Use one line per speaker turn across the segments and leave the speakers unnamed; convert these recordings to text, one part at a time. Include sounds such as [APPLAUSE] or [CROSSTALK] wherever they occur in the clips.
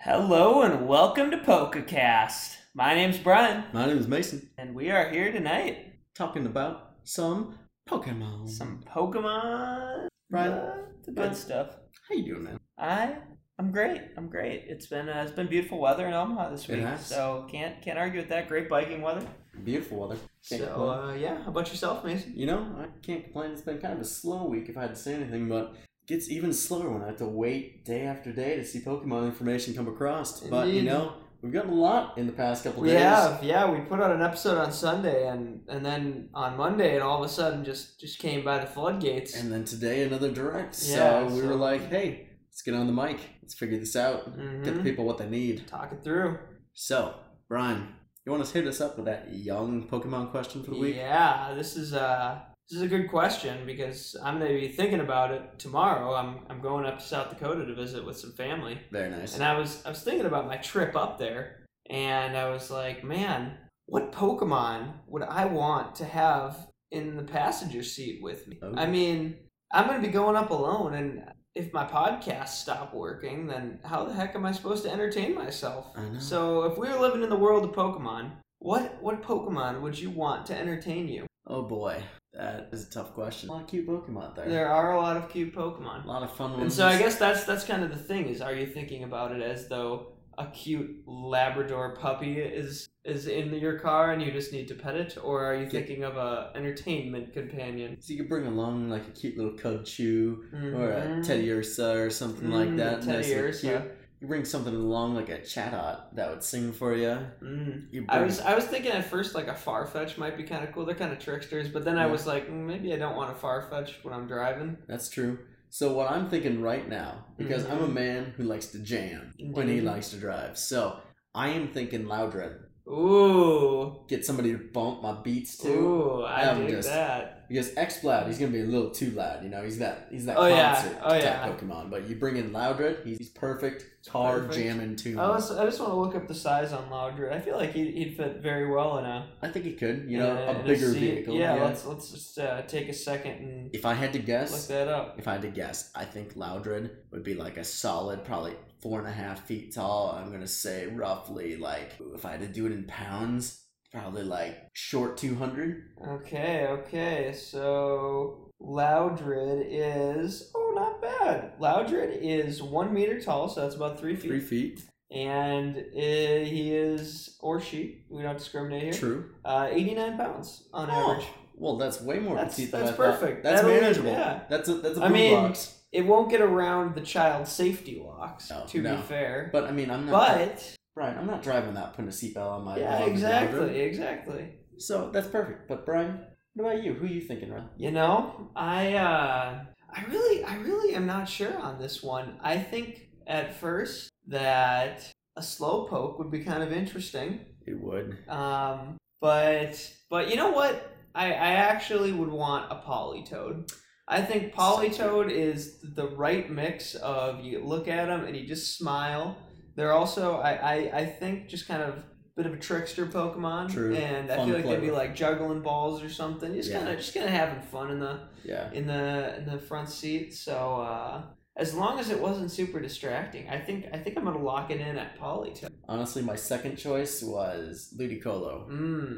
Hello and welcome to PokerCast. My name's Brian,
My name is Mason,
and we are here tonight.
talking about some Pokemon.
Some Pokemon,
Brian,
uh, the
Brian.
good stuff.
how you doing, man?
I, I'm great. I'm great. It's been uh, it's been beautiful weather in Omaha this
It
week,
has.
so can't can't argue with that. Great biking weather.
Beautiful weather. Can't
so
complain.
uh, yeah, how about yourself, Mason?
you know, I can't complain. It's been kind of a slow week, if I had to say anything, but it gets even slower when I have to wait day after day to see Pokemon information come across. But you
Indeed.
know, we've gotten a lot in the past couple days.
yeah. We put out an episode on Sunday, and and then on Monday, and all of a sudden, just just came by the floodgates.
And then today, another direct.
Yeah,
so we
so-
were like, hey, let's get on the mic. Let's figure this out. Get the
mm-hmm.
people what they need.
Talk it through.
So, Brian, you want to hit us up with that young Pokemon question for the week?
Yeah, this is uh this is a good question because I'm gonna be thinking about it tomorrow. I'm I'm going up to South Dakota to visit with some family,
Very nice.
and I was I was thinking about my trip up there, and I was like, man, what Pokemon would I want to have in the passenger seat with me?
Oh.
I mean, I'm gonna be going up alone, and if my podcasts stop working, then how the heck am I supposed to entertain myself?
I know.
So if we were living in the world of Pokemon, what what Pokemon would you want to entertain you?
Oh boy, that is a tough question. A lot of cute Pokemon there.
There are a lot of cute
A
Pokemon.
lot of fun ones.
And so I guess that's that's kind of the thing is are you thinking about it as though a cute Labrador puppy is is in your car and you just need to pet it or are you thinking of a entertainment companion?
So you could bring along like a cute little cub chew or a
Mhm.
Oh, teddy ursa or something like
Mm,
that.
Teddy
and
Ursa.
Cute. You bring something along like a chatot that would sing for you.
Mm.
You
I
bring-
was I was thinking at first like a Farfetch might be kind of cool. They're kind of tricksters, but then I
Yeah.
was like mm, maybe I don't want a Farfetch when I'm driving.
That's true. So what I'm thinking right now, because I'm a
Mhm.
man who likes to jam when he
Indeed.
likes to drive. So I am thinking Loudred.
Ooh.
Get somebody to bump my beats to.
Ooh, I
I'm
dig
just-
that.
Because Xploud, he's gonna be a little too loud. You know, he's that he's that
Oh, yeah.
concert
Oh,
type
yeah.
Pokemon. But you bring in Loudred, he's he's perfect car
Perfect. Oh,
jamming tune.
I, was, I just want to look up the size on Laudred. I feel like he'd, he'd fit very well in a
I think he could. You know,
in
a
in
bigger
seat.
vehicle.
Yeah, let's let's just uh, take a second and
If I had to
look
guess,
that up.
if I had to guess, I think Loudred would be like a solid, probably four and a half feet tall. I'm gonna say roughly like if I had to do it in pounds, probably like short two hundred.
Okay, okay. So Loudred is oh not bad. Loudred is one meter tall, so that's about three feet,
Three feet.
and uh he is or she. We don't discriminate here.
True.
Uh, eighty nine pounds on
Oh,
average.
Well, that's way more
That's-
petite than
that's
I thought.
perfect.
That's
That'll-
manageable.
yeah.
That's a that's a
I
blue
mean,
box.
It won't get around the child safety locks.
No,
to
no.
be fair,
But I mean, I'm not.
but
Brian, I'm not driving without putting a seatbelt on my.
yeah,
beloved
exactly,
driver.
exactly.
So that's perfect. But Brian, what about you? Who are you thinking, Ron?
You know, I uh, I really, I really am not sure on this one. I think at first that a slowpoke would be kind of interesting,
It would.
um, but but you know what? I I actually would want a polytoad. I think
So cute.
polytoad is the right mix of you look at them and you just smile. They're also I I, I think just kind of bit of a trickster Pokemon,
True.
and I
Fun
feel like they'd be
flavor.
like juggling balls or something. Just
Yeah.
kind of just kind of having fun in the
Yeah.
in the in the front seat. So uh, as long as it wasn't super distracting, I think I think I'm gonna lock it in at Polytoad.
Honestly, my second choice was Ludicolo.
Mmm,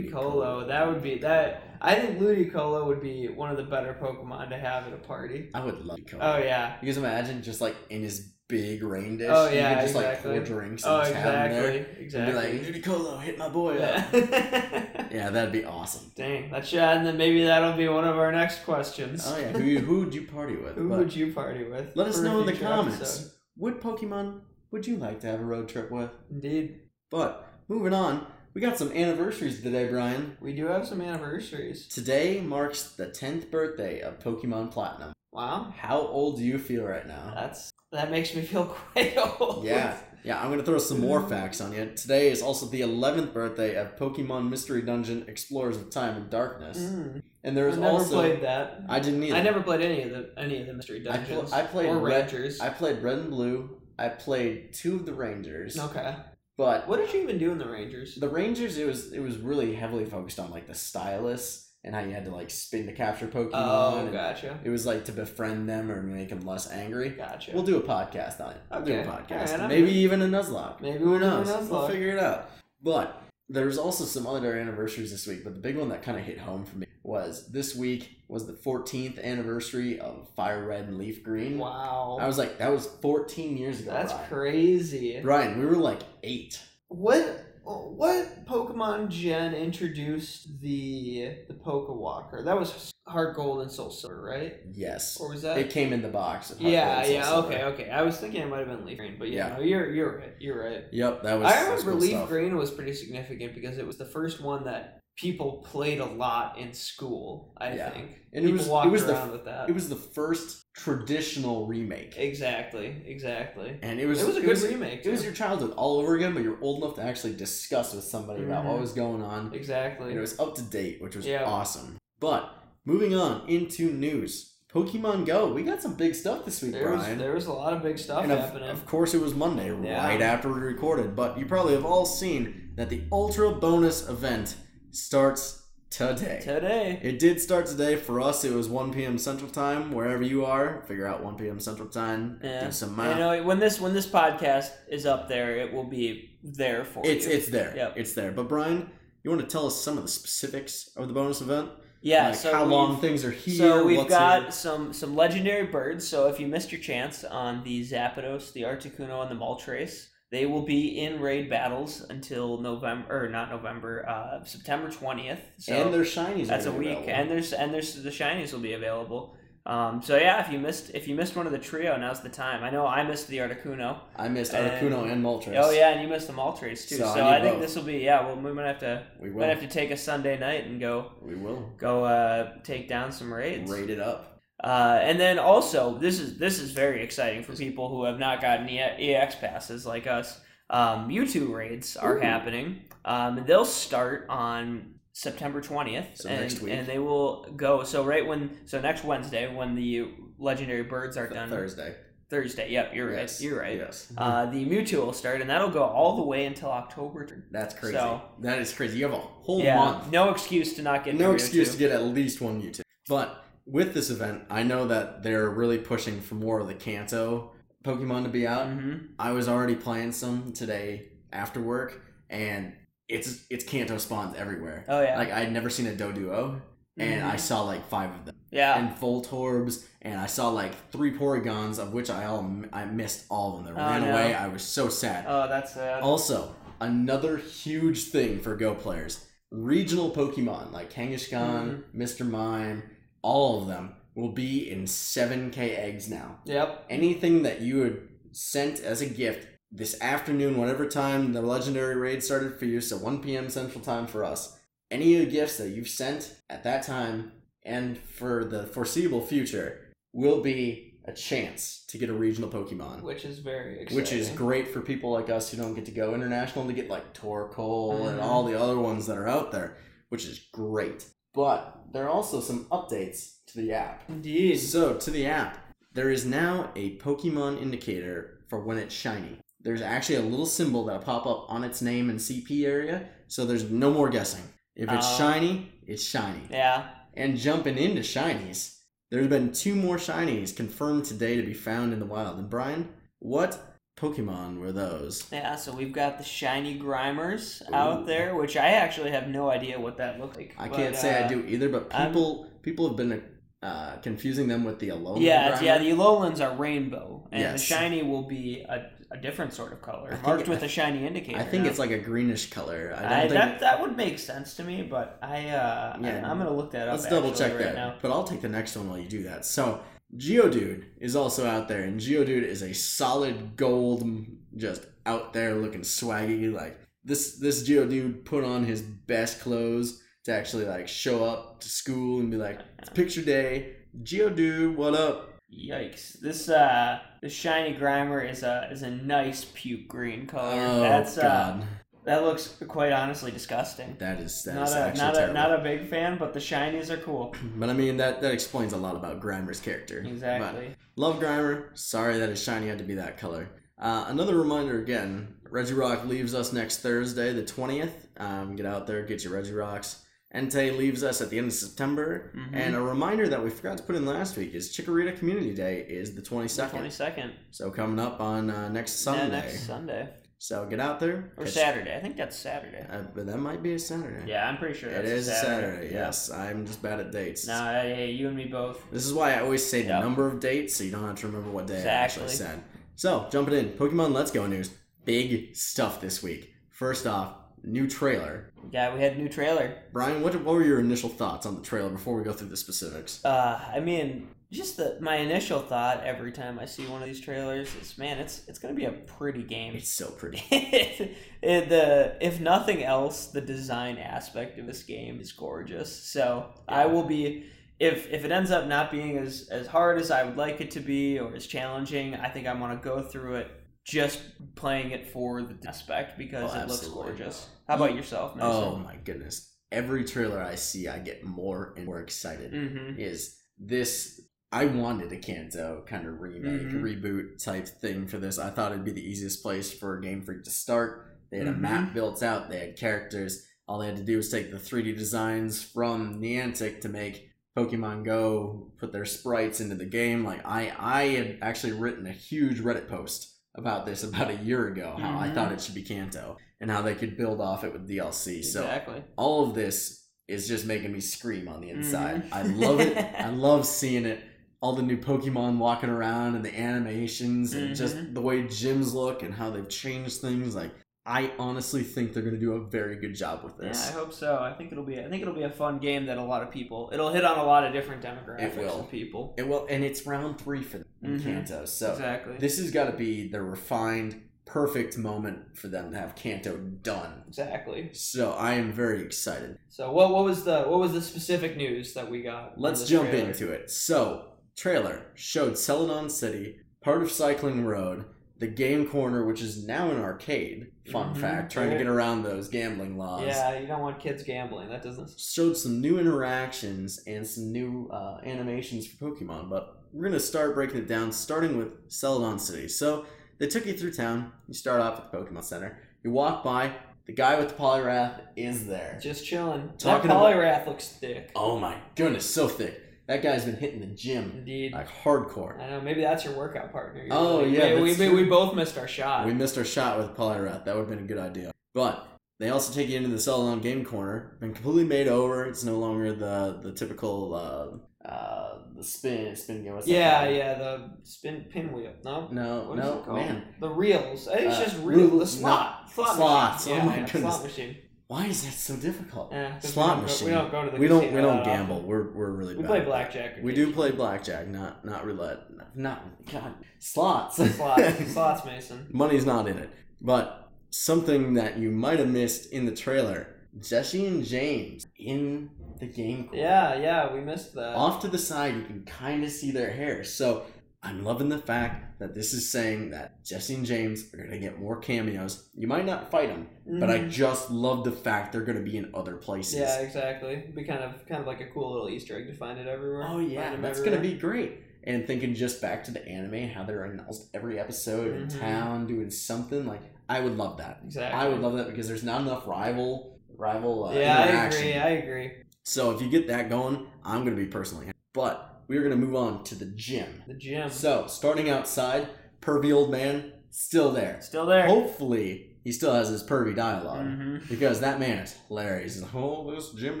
Ludicolo. That would be that. I think Ludicolo would be one of the better Pokemon to have at a party.
I would love Ludicolo.
Oh yeah.
Because imagine just like in his big rain dish.
Oh,
You
yeah,
could just
exactly.
like pour drinks and
Oh
just have him there.
exactly.
And be like,
Exactly. Oh,
Ludicolo, hit my boy up.
Yeah. [LAUGHS]
Yeah, that'd be awesome.
Dang, that's yeah, and then maybe that'll be one of our next questions.
Oh yeah. Who you- who would you party with?
Who
But
would you party with?
let us
for a
know in the
future
comments.
episode?
What Pokemon would you like to have a road trip with?
Indeed,
But moving on, we got some anniversaries today, Brian.
we do have some anniversaries.
Today marks the 10th birthday of Pokemon Platinum.
Wow,
How old do you feel right now?
that's that makes me [LAUGHS] feel quite old.
Yeah, yeah, I'm gonna throw some
Mm.
more facts on you. Today is also the 11th birthday of Pokemon Mystery Dungeon Explorers of Time and Darkness.
Mm,
And there
I
is
never
also.
played that.
I didn't either.
I never played any of the any of the mystery
I pl-
dungeons.
I played
or
Red-
Rangers.
I played Red and Blue. I played two of the Rangers.
okay.
But
What did you even do in the Rangers?
the Rangers, it was it was really heavily focused on like the stylus and how you had to like spin to capture Pokemon.
Oh,
and
gotcha.
It was like to befriend them or make them less angry.
Gotcha.
We'll do a podcast on it. I'll do a
Okay.
podcast.
Alright, I'm
Maybe
in.
even a Nuzlocke.
Maybe
Who
we're not
knows? We'll figure it out. But there's also some other anniversaries this week, but the big one that kind of hit home for me was this week was the 14th anniversary of Fire Red and Leaf Green.
Wow.
I was like, that was 14 years ago.
That's
Brian.
crazy.
Brian, we were like eight.
What what Pokemon Gen introduced the the Pokewalker? That was Heart Gold and Soul Silver, right?
Yes.
Or was that?
It came in the box. with Hot
yeah,
Wheels and
yeah,
stuff.
okay, okay. I was thinking it might have been Leaf Green, but yeah,
Yeah.
no, you're you're right. You're right.
Yep, that was.
I
that was
remember
cool
Leaf
stuff.
Green was pretty significant because it was the first one that people played a lot in school. I
Yeah.
think
And it
people
was- it
walked
was the
around
f-
with that.
It was the first traditional remake,
exactly, exactly.
and it
It was,
was
a good remake.
It was
too.
your childhood all over again, but you're old enough to actually discuss with somebody about what
Mhm.
was going on.
exactly.
And it was up to date, which was
Yeah.
awesome. But moving on into news, Pokemon Go. We got some big stuff this week,
there was
Brian.
there was a lot of big stuff
and of,
happening.
of course, it was Monday,
Yeah.
right after we recorded. But you probably have all seen that the Ultra Bonus event starts today.
Today.
It did start today for us. It was 1 p.m. Central Time. Wherever you are, figure out 1 p.m. Central Time.
Yeah.
Do some
You
math.
know, when this when this podcast is up there, it will be there for
It's
you.
it's there.
Yep.
It's there. But Brian, you want to tell us some of the specifics of the bonus event?
yeah.
Like
so
how
we've-
long things are here.
So we've
what's
got
here.
some some legendary birds. So if you missed your chance on the Zapdos, the Articuno, and the Moltres, they will be in raid battles until November or not November, uh, September twentieth. So
and their shinies. are
that's a
gonna be
week,
available.
and there's and there's the shinies will be available. Um, so yeah, if you missed if you missed one of the trio, now's the time. I know I missed the Articuno.
I missed
and-
Articuno and Moltres.
Oh yeah, and you missed the Moltres too.
So
So, I,
I need
think
both.
this will be yeah. Well, we might have to
we
might
will.
have to take a Sunday night and go
We will
go uh, take down some raids.
rate it up.
Uh, and then also, this is this is very exciting for people who have not gotten E- EX passes like us. Um, Mewtwo raids are
Ooh.
happening. Um, and they'll start on September twentieth,
So
and,
next week.
and they will go. So right when so next Wednesday when the legendary birds are
Th-
done
Thursday.
Thursday. Yep, you're
Yes.
right. You're right.
Yes.
Uh, the Mewtwo will start, and that'll go all the way until October.
[LAUGHS] That's crazy.
so-
that is crazy. You have a whole
yeah,
month.
no excuse to not get
no
the
excuse
Mewtwo.
to get at least one YouTube. But with this event, I know that they're really pushing for more of the Kanto Pokemon to be out.
Mhm.
I was already playing some today after work, and it's it's Kanto spawns everywhere.
Oh yeah,
Like I'd never seen a Doduo, and
Mhm.
I saw like five of them,
yeah.
and Voltorbs, and I saw like three Porygons, of which I all I missed all of them. They
Oh,
ran
no.
away. I was so sad.
oh, that's sad.
Also, another huge thing for Go players regional Pokemon like
Mm-hmm.
Kangaskhan, Mr. Mime, all of them will be in 7k eggs now.
Yep.
Anything that you had sent as a gift this afternoon, whatever time the legendary raid started for you, so 1 p.m. Central Time for us, any of the gifts that you've sent at that time and for the foreseeable future will be a chance to get a regional Pokemon
Which is very exciting.
which is great for people like us who don't get to go international to get like Torkoal and
Mhm.
all the other ones that are out there, which is great. But there are also some updates to the app.
Indeed.
So to the app, there is now a Pokemon indicator for when it's shiny. There's actually a little symbol that'll pop up on its name and CP area, so there's no more guessing. If it's
Oh.
shiny, it's shiny.
Yeah.
And jumping into shinies, there's been two more shinies confirmed today to be found in the wild. And Brian, what Pokemon were those?
Yeah, so we've got the shiny Grimers
Ooh.
out there, which I actually have no idea what that looks like.
I
but,
can't say I
uh,
do either, but
I'm-
people people have been uh, confusing them with the Alolan.
Yeah, it's-
Grimer.
yeah, the Lowlands are rainbow, and
Yes.
the shiny will be a, a different sort of
I
color,
think
marked
it-
with a shiny indicator.
I think
now.
it's like a greenish color. I don't
I
think.
that, that would make sense to me, but I, uh,
Yeah.
I am going to look that up.
Let's double
actually
check
right
that.
now.
But I'll take the next one while you do that. So Geodude is also out there, and Geodude is a solid gold, m- just out there looking swaggy. Like this, this Geodude put on his best clothes to actually like show up to school and be like, "It's picture day, Geodude, what up?"
Yikes! This uh, the shiny Grimer is a is a nice puke green color.
Oh
That's uh,
God,
that looks quite honestly disgusting.
that is that
not
is
a
actually
not a,
terrible.
not a big fan, but the shinies are cool.
but I mean that that explains a lot about Grimer's character. But-
Exactly.
Love Grimer. Sorry that his shiny had to be that color. Uh, another reminder again Reggie Rock leaves us next Thursday, the 20th. Um, get out there, get your Reggie Rocks. Entei leaves us at the end of September.
Mhm.
And a reminder that we forgot to put in last week is Chikorita Community Day is the 22nd.
Twenty second.
So coming up on uh, next Sunday.
next Sunday
So get out there.
or
catch-
Saturday. I think that's Saturday.
Uh, but that might be a Saturday.
Yeah, I'm pretty sure
It
that's
is
a
a Saturday,
Saturday.
yes. I'm just bad at dates.
No, hey, you and me both.
This is why I always say the
Yep.
number of dates so you don't have to remember what day I actually
Exactly.
said. So, jumping in, Pokemon Let's Go news. Big stuff this week. First off, new trailer.
Yeah, we had a new trailer.
Brian, what, what were your initial thoughts on the trailer before we go through the specifics?
Uh, I mean, just the, my initial thought every time I see one of these trailers is, man, it's it's gonna be a pretty game.
It's so pretty.
it, the [LAUGHS] if nothing else, the design aspect of this game is gorgeous. So I will be if if it ends up not being as as hard as I would like it to be or as challenging, I think I want to go through it just playing it for the aspect because
Oh,
it looks
absolutely.
gorgeous. How about yourself,
[LAUGHS] Oh
Mason?
my goodness. Every trailer I see, I get more and more excited.
Mm-hmm.
Is this. I wanted a Kanto kind of remake,
Mhm.
reboot type thing for this. I thought it'd be the easiest place for Game Freak to start. They had
Mhm.
a map built out, they had characters. All they had to do was take the 3D designs from Niantic to make Pokemon Go, put their sprites into the game. Like, I, I had actually written a huge Reddit post about this about a year ago, how I
Mhm.
thought it should be Kanto and how they could build off it with DLC. So
Exactly.
all of this is just making me scream on the
Mm-hmm.
inside. I love it.
[LAUGHS]
I love seeing it. All the new Pokemon walking around and the animations and
Mm-hmm.
just the way gyms look and how they've changed things. Like I honestly think they're gonna do a very good job with
Yeah,
this.
I hope so. I think it'll be. I think it'll be a fun game that a lot of people. It'll hit on a lot of different demographics
It will.
of people.
and well, and it's round three for them in
Mhm.
Kanto, so
exactly.
this has got to be the refined, perfect moment for them to have Kanto done.
exactly.
So I am very excited.
So what? What was the? What was the specific news that we got? on
Let's
this
jump
trailer?
into it. So, trailer showed Celadon City, part of Cycling Road, the Game Corner, which is now an arcade. Fun
Mhm.
fact, trying to get around those gambling laws.
Yeah, you don't want kids gambling. That doesn't.
Showed some new interactions and some new uh, animations for Pokemon, but we're gonna start breaking it down, starting with Celadon City. So they took you through town. You start off at the Pokemon Center. You walk by. The guy with the Polyrath is there.
Just chilling.
Talking
that
about-
Polyrath looks thick.
Oh my goodness, so thick. That guy's been hitting the gym
Indeed.
like hardcore.
I know. Maybe that's your workout partner. You're
Oh,
like,
yeah,
We, we,
that's
we-
true.
we both missed our shot.
We missed our shot with Polyrath. That would have been a good idea. But they also take you into the Celadon Game Corner. Been completely made over. It's no longer the the typical uh, uh, the spin spin game. What's that
yeah,
called?
yeah. The spin pinwheel. No.
No,
What is
no,
it called?
man.
The reels. I think it's
Uh,
just reels.
reel-
The slot. slot
slots.
Machine.
Oh
Yeah,
my
yeah,
goodness.
Slot machine.
Why is that so difficult?
Yeah, 'cause we
Slot
don't go-
machine.
We don't go to the
we don't we
casino
don't
that often.
gamble. We're we're really
We
bad
play
at that.
blackjack.
We do play blackjack, not not roulette, not God slots. [LAUGHS]
slots. slots, Mason.
money's not in it. But something that you might have missed in the trailer, Jesse and James in the game. corner.
Yeah, yeah. We missed that.
Off to the side, you can kind of see their hair. So I'm loving the fact that this is saying that Jesse and James are going to get more cameos. You might not fight them, but I
Mhm.
just love the fact they're going to be in other places.
Yeah, exactly. It'd be kind of kind of like a cool little Easter egg to find it everywhere.
Oh, yeah.
Find 'em
That's going to
everywhere.
be great. And thinking just back to the anime, how they're in almost every episode in
Mhm.
town doing something. Like, I would love that.
exactly.
I would love that because there's not enough rival rival uh,
Yeah, I
interaction.
agree. I agree.
So if you get that going, I'm gonna be personally. happy. But we're gonna move on to the gym.
The gym
So starting outside, pervy old man still there.
still there.
Hopefully he still has his pervy dialog
Mhm.
because that man is hilarious. He's like, oh, this gym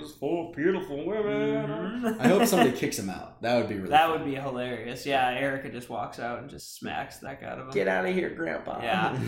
is full of beautiful women.
Mhm.
I hope
[LAUGHS]
somebody kicks him out. That would be really.
that
fun.
would be hilarious. Yeah, Erica just walks out and just smacks that out of him.
[LAUGHS] Get out of here, Grandpa.
[LAUGHS]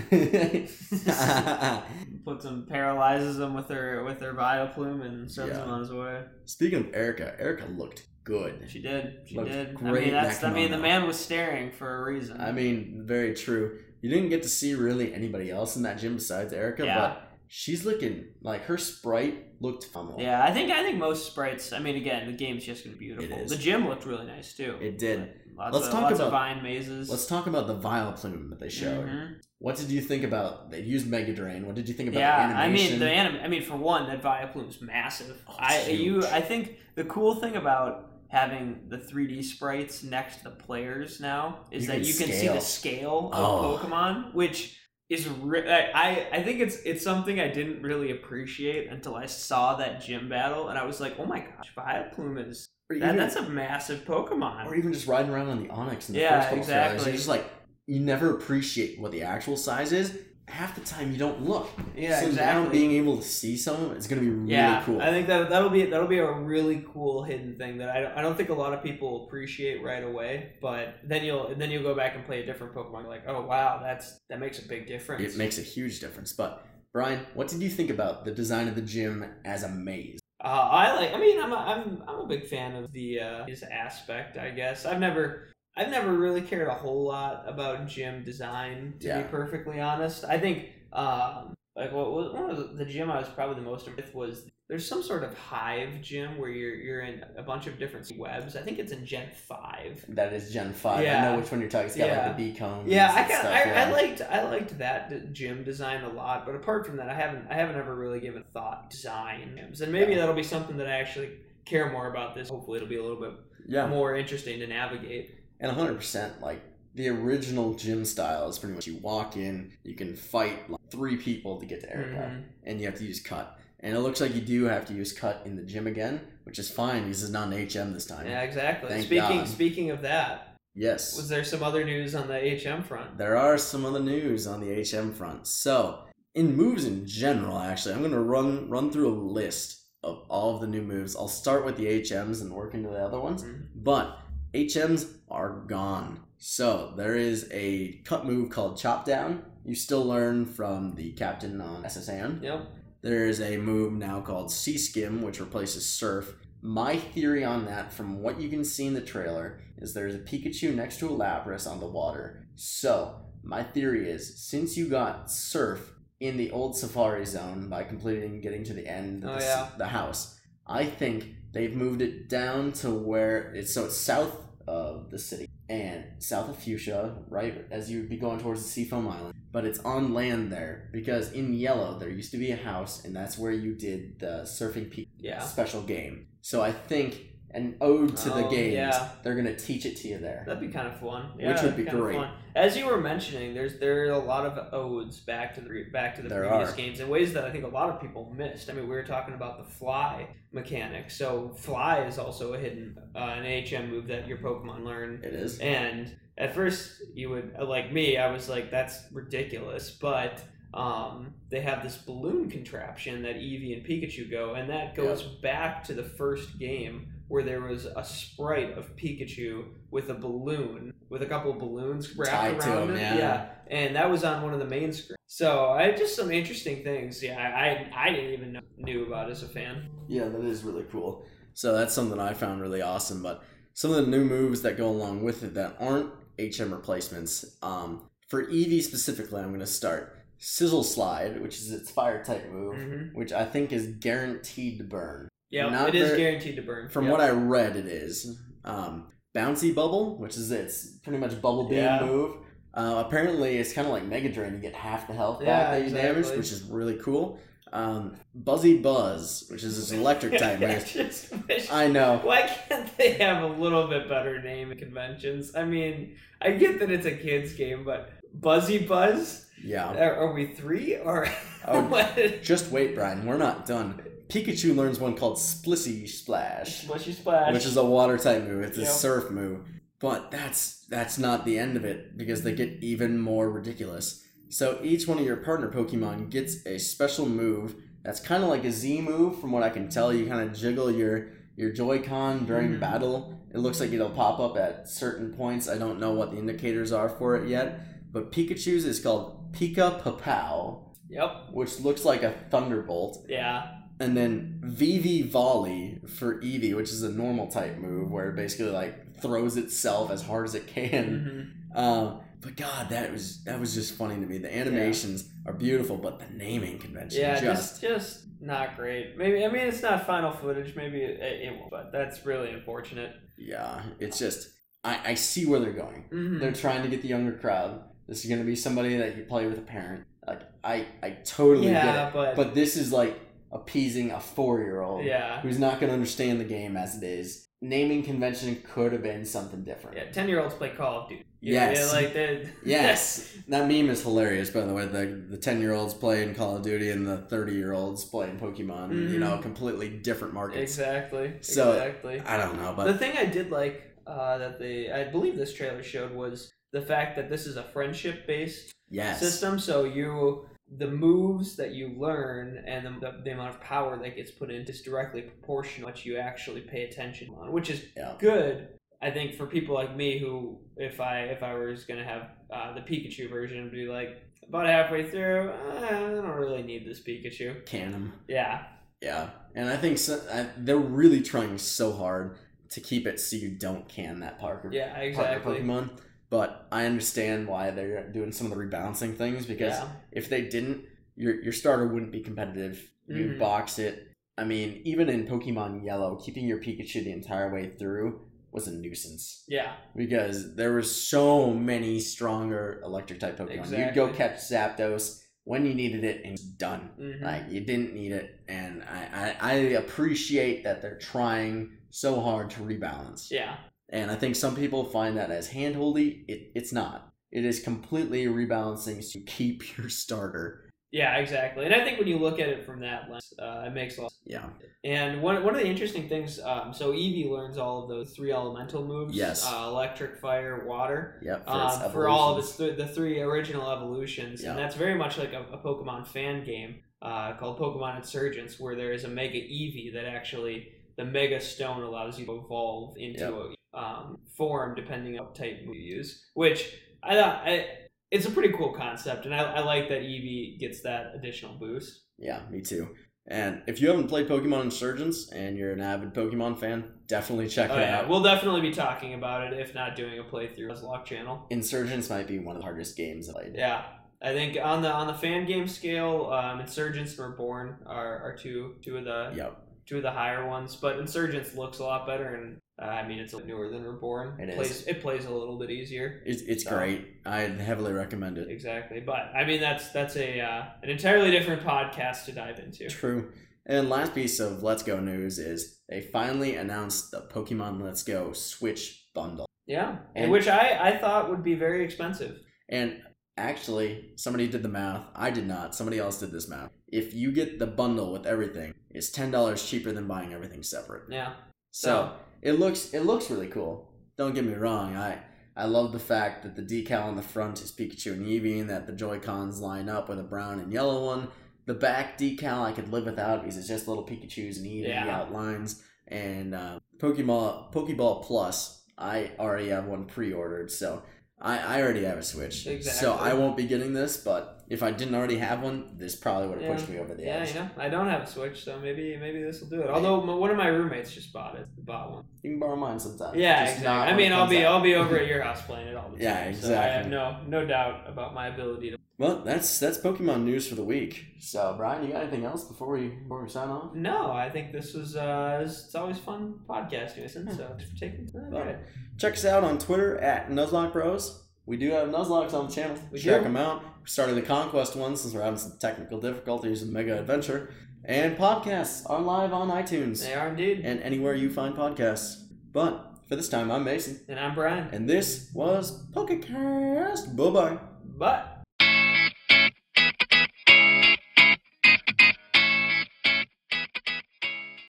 Puts him, paralyzes him with her with her vial plume, and sends
Yeah.
him on his way.
[LAUGHS] Speaking of Erica, Erica looked good.
She did. She
Looked
did. I
great in
mean, that's.
that
I mean, the
kimono.
man was staring for a reason.
I mean, very true. You didn't get to see really anybody else in that gym besides Erica,
Yeah.
but she's looking like her sprite looked phenomenal.
Yeah, I think I think most sprites. I mean, again, the game's just gonna be beautiful.
It is.
The gym looked really nice too.
It did.
Like, Lots
Let's
of,
talk
lots
about-
of vine mazes.
Let's talk about the vile plume that they showed.
Mhm.
What did you think about? They used Mega Drain. What did you think about
Yeah,
the
I
animation?
mean the anime. I mean, for one, that Viaplume's massive.
Oh, it's
I you.
huge.
I think the cool thing about having the 3D sprites next to the players now is
You
that
can
you can see
scale.
the scale of
Oh.
Pokemon, which is re- I I think it's it's something I didn't really appreciate until I saw that gym battle and I was like, oh my gosh, Vileplume is
Or
that,
even,
that's a massive Pokemon.
or even just riding around on the Onyx in the
Yeah,
first couple trailers.
exactly.
You're just like you never appreciate what the actual size is. Half the time you don't look.
yeah,
so
exactly.
now being able to see some of it is gonna be really
yeah,
cool.
I think that that'll be that'll be a really cool hidden thing that I don't, I don't think a lot of people appreciate right away. But then you'll then you'll go back and play a different Pokemon. Like, oh wow, that's that makes a big difference.
it makes a huge difference. But Brian, what did you think about the design of the gym as a maze?
Uh, I like. I mean, I'm a, I'm I'm a big fan of the uh, his aspect. I guess I've never I've never really cared a whole lot about gym design. To
Yeah.
be perfectly honest, I think um, like what was one of the, the gym I was probably the most with was there's some sort of hive gym where you're you're in a bunch of different webs. I think it's in Gen Five.
That is Gen Five. I
Yeah.
know which one you're talking. It's got like the B cones.
Yeah,
and
I kind
stuff,
I,
yeah.
I liked I liked that d- gym design a lot, but apart from that, I haven't I haven't ever really given thought to design gyms, and maybe
Yeah.
that'll be something that I actually care more about. This hopefully it'll be a little bit
Yeah,
more interesting to navigate.
and 100 percent like the original gym style is pretty much you walk in, you can fight like three people to get to Erica,
Mhm.
and you have to use cut. And it looks like you do have to use cut in the gym again, which is fine because it's not an HM this time.
Yeah, exactly.
Thank
speaking
God.
speaking of that,
Yes.
was there some other news on the HM front?
There are some other news on the HM front. So, in moves in general, actually, I'm going to run run through a list of all of the new moves. I'll start with the HMs and work into the other ones.
Mhm.
But HMs are gone. So, there is a cut move called Chop Down. You still learn from the captain on SSN.
Yep.
There is a move now called Sea Skim, which replaces Surf. My theory on that, from what you can see in the trailer, is there's a Pikachu next to a Lapras on the water. So, my theory is since you got Surf in the old Safari Zone by completing getting to the end of
Oh,
the, s-
yeah.
the house, I think they've moved it down to where it's so it's south of the city and south of Fuchsia, right as you'd be going towards the Seafoam Island. But it's on land there because in yellow there used to be a house, and that's where you did the surfing peak
Yeah.
special game. So I think an ode to the
Oh,
games.
yeah.
They're gonna teach it to you there.
That'd be kind of fun.
Which
Yeah,
would
that'd
be
kind of
great.
fun. As you were mentioning, there's there are a lot of odes back to the pre- back to the
There
previous
are.
games in ways that I think a lot of people missed. I mean, we were talking about the fly mechanic, so fly is also a hidden uh, an HM move that your Pokemon learn.
It is.
And at first, you would uh, like me, I was like, that's ridiculous, but. Um, they have this balloon contraption that Eevee and Pikachu go, and that goes back to the first game where there was a sprite of Pikachu with a balloon, with a couple of balloons wrapped
Tied to
around
him,
it.
yeah.
and that was on one of the main screens. So I just some interesting things. Yeah, I I, I didn't even know, knew about as a fan.
Yeah, that is really cool. So that's something I found really awesome. But some of the new moves that go along with it that aren't HM replacements. Um, for Eevee specifically, I'm going to start Sizzle Slide, which is its fire type move,
Mm-hmm.
which I think is guaranteed to burn.
Yeah,
Not
it is
very-
guaranteed to burn.
From what
[LAUGHS]
I read, it is. Um, Bouncy Bubble, which is its pretty much bubble beam
Yeah.
move. Uh, apparently, it's kind of like Mega Drain. You get half the health
Yeah,
back that you damaged,
exactly.
which is really cool. Um, Buzzy Buzz, which is
[LAUGHS]
its electric type
I
move.
just wish.
I know.
Why can't they have a little bit better name conventions? I mean, I get that it's a kids game, but Buzzy Buzz.
Yeah.
Are, are we three or
Oh.
[LAUGHS] what?
Just wait, Brian. We're not done. Pikachu learns one called Splissy Splash,
Slushy Splash.
which is a water type move. It's a
Yeah.
surf move. But that's that's not the end of it because they get even more ridiculous. So each one of your partner Pokemon gets a special move that's kind of like a Z move, from what I can tell. You kind of jiggle your your Joy-Con during
Mhm.
battle. It looks like it'll pop up at certain points. I don't know what the indicators are for it yet, but Pikachu's is called Pika Papow,
Yep.
which looks like a thunderbolt.
Yeah.
and then VV volley for Eevee, which is a normal type move where it basically like throws itself as hard as it can.
hmm
Um, but God, that was that was just funny to me. The animations are beautiful, but the naming convention
Yeah.
just
Just just not great. Maybe I mean it's not final footage. Maybe it, it won't. But that's really unfortunate.
yeah, it's just I, I see where they're going.
Mm-hmm.
They're trying to get the younger crowd. This is gonna be somebody that you play with a parent. Like I I totally
yeah,
get it.
but,
But this is like appeasing a four year old
yeah,
who's not gonna understand the game as it is. naming convention could have been something different.
Yeah, ten year olds play Call of Duty. You-
Yes.
Yeah, like they. [LAUGHS]
Yes, that meme is hilarious. By the way, the the ten year olds playing Call of Duty and the thirty year olds playing Pokemon.
Mhm.
You know, completely different markets.
exactly.
So,
exactly.
I don't know,
the
but
thing I did like uh, that they, I believe this trailer showed was the fact that this is a friendship based
yes,
system. So you, the moves that you learn and the, the, amount of power that gets put in is directly proportional to what you actually pay attention on, which is
Yeah.
good. I think for people like me who, if I if I was gonna have uh, the Pikachu version, be like about halfway through, uh, I don't really need this Pikachu.
can 'em.
Yeah,
Yeah, and I think so, I, they're really trying so hard to keep it so you don't can that Parker
yeah,
Parker
exactly.
Pokemon. But I understand why they're doing some of the rebalancing things because
Yeah.
if they didn't, your your starter wouldn't be competitive. You'd
Mhm.
box it. I mean, even in Pokemon Yellow, keeping your Pikachu the entire way through was a nuisance
Yeah,
because there were so many stronger electric type Pokemon. You'd go
Exactly.
catch Zapdos when you needed it and it's done.
mhm.
Like you didn't need it, and I, I I appreciate that they're trying so hard to rebalance.
yeah,
And I think some people find that as handholdy. It, it's not. It is completely rebalancing to keep your starter.
yeah, exactly. And I think when you look at it from that lens, uh, it makes a lot.
Yeah.
And one, one of the interesting things, um, so Eevee learns all of those three elemental moves.
Yes.
Uh, electric, fire, water.
Yep.
um, for all of its th- the three original evolutions,
Yeah.
and that's very much like a, a Pokemon fan game uh, called Pokemon Insurgents, where there is a Mega Eevee that actually the Mega Stone allows you to evolve into a um, form depending on what type you use. Which I thought I, it's a pretty cool concept, and I, I like that Eevee gets that additional boost.
Yeah, me too. And if you haven't played Pokemon Insurgents and you're an avid Pokemon fan, definitely check
Oh
it
yeah,
out.
we'll definitely be talking about it if not doing a playthrough as Lock Channel.
Insurgents might be one of the hardest games I played.
Yeah, I think on the on the fan game scale, um, Insurgents and Reborn are, are two two of the
Yep.
two of the higher ones, but Insurgents looks a lot better, and uh, I mean it's a little newer than Reborn.
It is.
plays it plays a little bit easier.
It's, it's
So-
great. I heavily recommend it.
Exactly, but I mean that's that's a uh, an entirely different podcast to dive into.
True. And last piece of Let's Go news is they finally announced the Pokemon Let's Go Switch bundle.
Yeah,
And-
which I I thought would be very expensive.
And actually, somebody did the math. I did not. Somebody else did this math. If you get the bundle with everything, it's ten dollars cheaper than buying everything separate.
Yeah,
So it looks it looks really cool. Don't get me wrong. I I love the fact that the decal on the front is Pikachu and Eevee, and that the Joy Cons line up with a brown and yellow one. The back decal I could live without because it's just little Pikachu's and Eevee
Yeah.
outlines. And uh, Pokeball Pokeball Plus, I already have one pre-ordered, so I, I already have a Switch. So
Exactly.
I won't be getting this, but if I didn't already have one, this probably would have
Yeah.
pushed me over the
yeah,
edge.
you know I don't have a Switch, so maybe maybe this will do it. Although my, one of my roommates just bought it, bought one.
You can borrow mine sometime.
Yeah,
Just
exactly.
not
I
when it
mean, I'll
comes
be
out.
I'll
[LAUGHS]
be over at your house playing it all the time.
Yeah,
So I have
exactly.
no no doubt about my ability to.
Well, that's that's Pokemon news for the week. So, Brian, you got anything else before we before we sign off?
No, I think this was uh, it's, it's always fun podcasting. Isn't
Hmm.
it? So thanks for taking
All
all
right.
right.
Check us out on Twitter at Nuzlocke Bros. We do have Nuzlocks on the channel.
We
Check
do.
them out. We're starting the Conquest one since we're having some technical difficulties in Mega Adventure. And podcasts are live on iTunes
They are indeed.
and anywhere you find podcasts. But for this time, I'm Mason,
And I'm Brian.
and this was PokeCast. Bye bye.
But.